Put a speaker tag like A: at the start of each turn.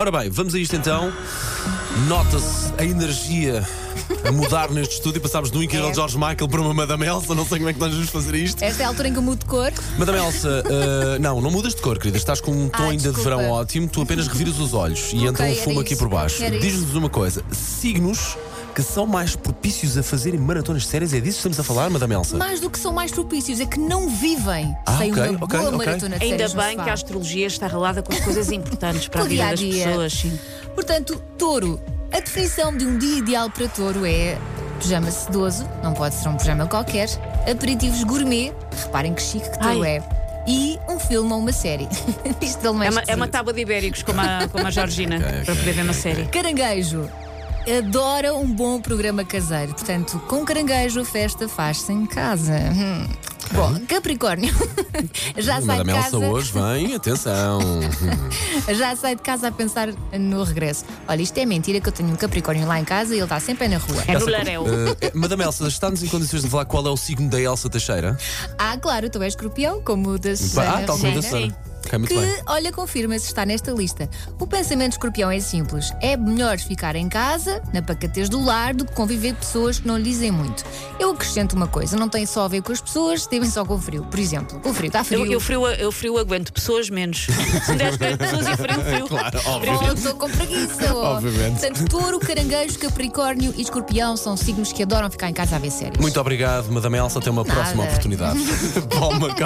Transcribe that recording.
A: Ora bem, vamos a isto então. Nota-se a energia a mudar neste estúdio. Passámos de um incrível
B: É.
A: George Michael para uma Madame Elsa. Não sei como é que nós vamos fazer isto.
B: Esta é a altura em que eu mudo de cor.
A: Madame Elsa, eh, não, não mudas de cor, querida. Estás com um tom
B: Ah,
A: ainda de
B: desculpa.
A: verão ótimo. Tu apenas reviras os olhos e
B: Ok,
A: entra um
B: era
A: fumo aqui
B: isso.
A: por baixo.
B: Era
A: Diz-nos uma coisa: signos que são mais propícios a fazerem maratonas sérias? É disso que estamos a falar, Madame Elsa?
B: Mais do que são mais propícios, é que não vivem
A: Ah,
B: sem
A: ok,
B: uma
A: ok,
B: boa
A: ok.
B: maratona de
C: Ainda
B: séries no
C: bem
B: sofá.
C: que a astrologia está relada com as coisas importantes para a
B: Com o
C: vida das
B: dia-a-dia.
C: pessoas. sim.
B: Portanto, touro. A definição de um dia ideal para touro é pijama sedoso, não pode ser um pijama qualquer, aperitivos gourmet, reparem que chique que touro
C: Ai.
B: é, e um filme ou uma série. Isto não é,
C: É uma, é uma
B: esquisito.
C: tábua de ibéricos, como a, como a Georgina, para poder ver uma série.
B: Caranguejo. Adora um bom programa caseiro. Portanto, com caranguejo a festa faz-se em casa. Hum. Bom, Capricórnio. Já sai de
A: Hum, Madame
B: casa.
A: Elsa hoje vem, atenção.
B: Já sai de casa a pensar no regresso. Olha, isto é mentira que eu tenho um Capricórnio lá em casa e ele está sempre é na rua.
C: É no Lareu.
A: Eh, Madame Elsa, está-nos em condições de falar qual é o signo da Elsa Teixeira?
B: Ah, claro, tu és escorpião, como o da
A: Ah,
B: Susana
A: tal como da
B: Romana,
A: Susana. Ok, muito
B: Que,
A: bem.
B: olha, confirma-se, está nesta lista. O pensamento de escorpião é simples. É melhor ficar em casa, na pacatez do lar, do que conviver com pessoas que não lhe dizem muito. Eu acrescento uma coisa: não tem só a ver com as pessoas, tem só com frio. Por exemplo, com frio, está frio.
C: Eu, eu, frio, eu frio aguento, pessoas menos. Se me deres perto de pessoas e frio, frio.
A: Claro, óbvio.
B: Oh, estou com preguiça. Oh.
A: Obviamente.
B: Portanto, touro, caranguejo, capricórnio e escorpião são signos que adoram ficar em casa a ver séries.
A: Muito obrigado, Madame Elsa. Até uma
B: Nada.
A: próxima oportunidade. Paul McCartney.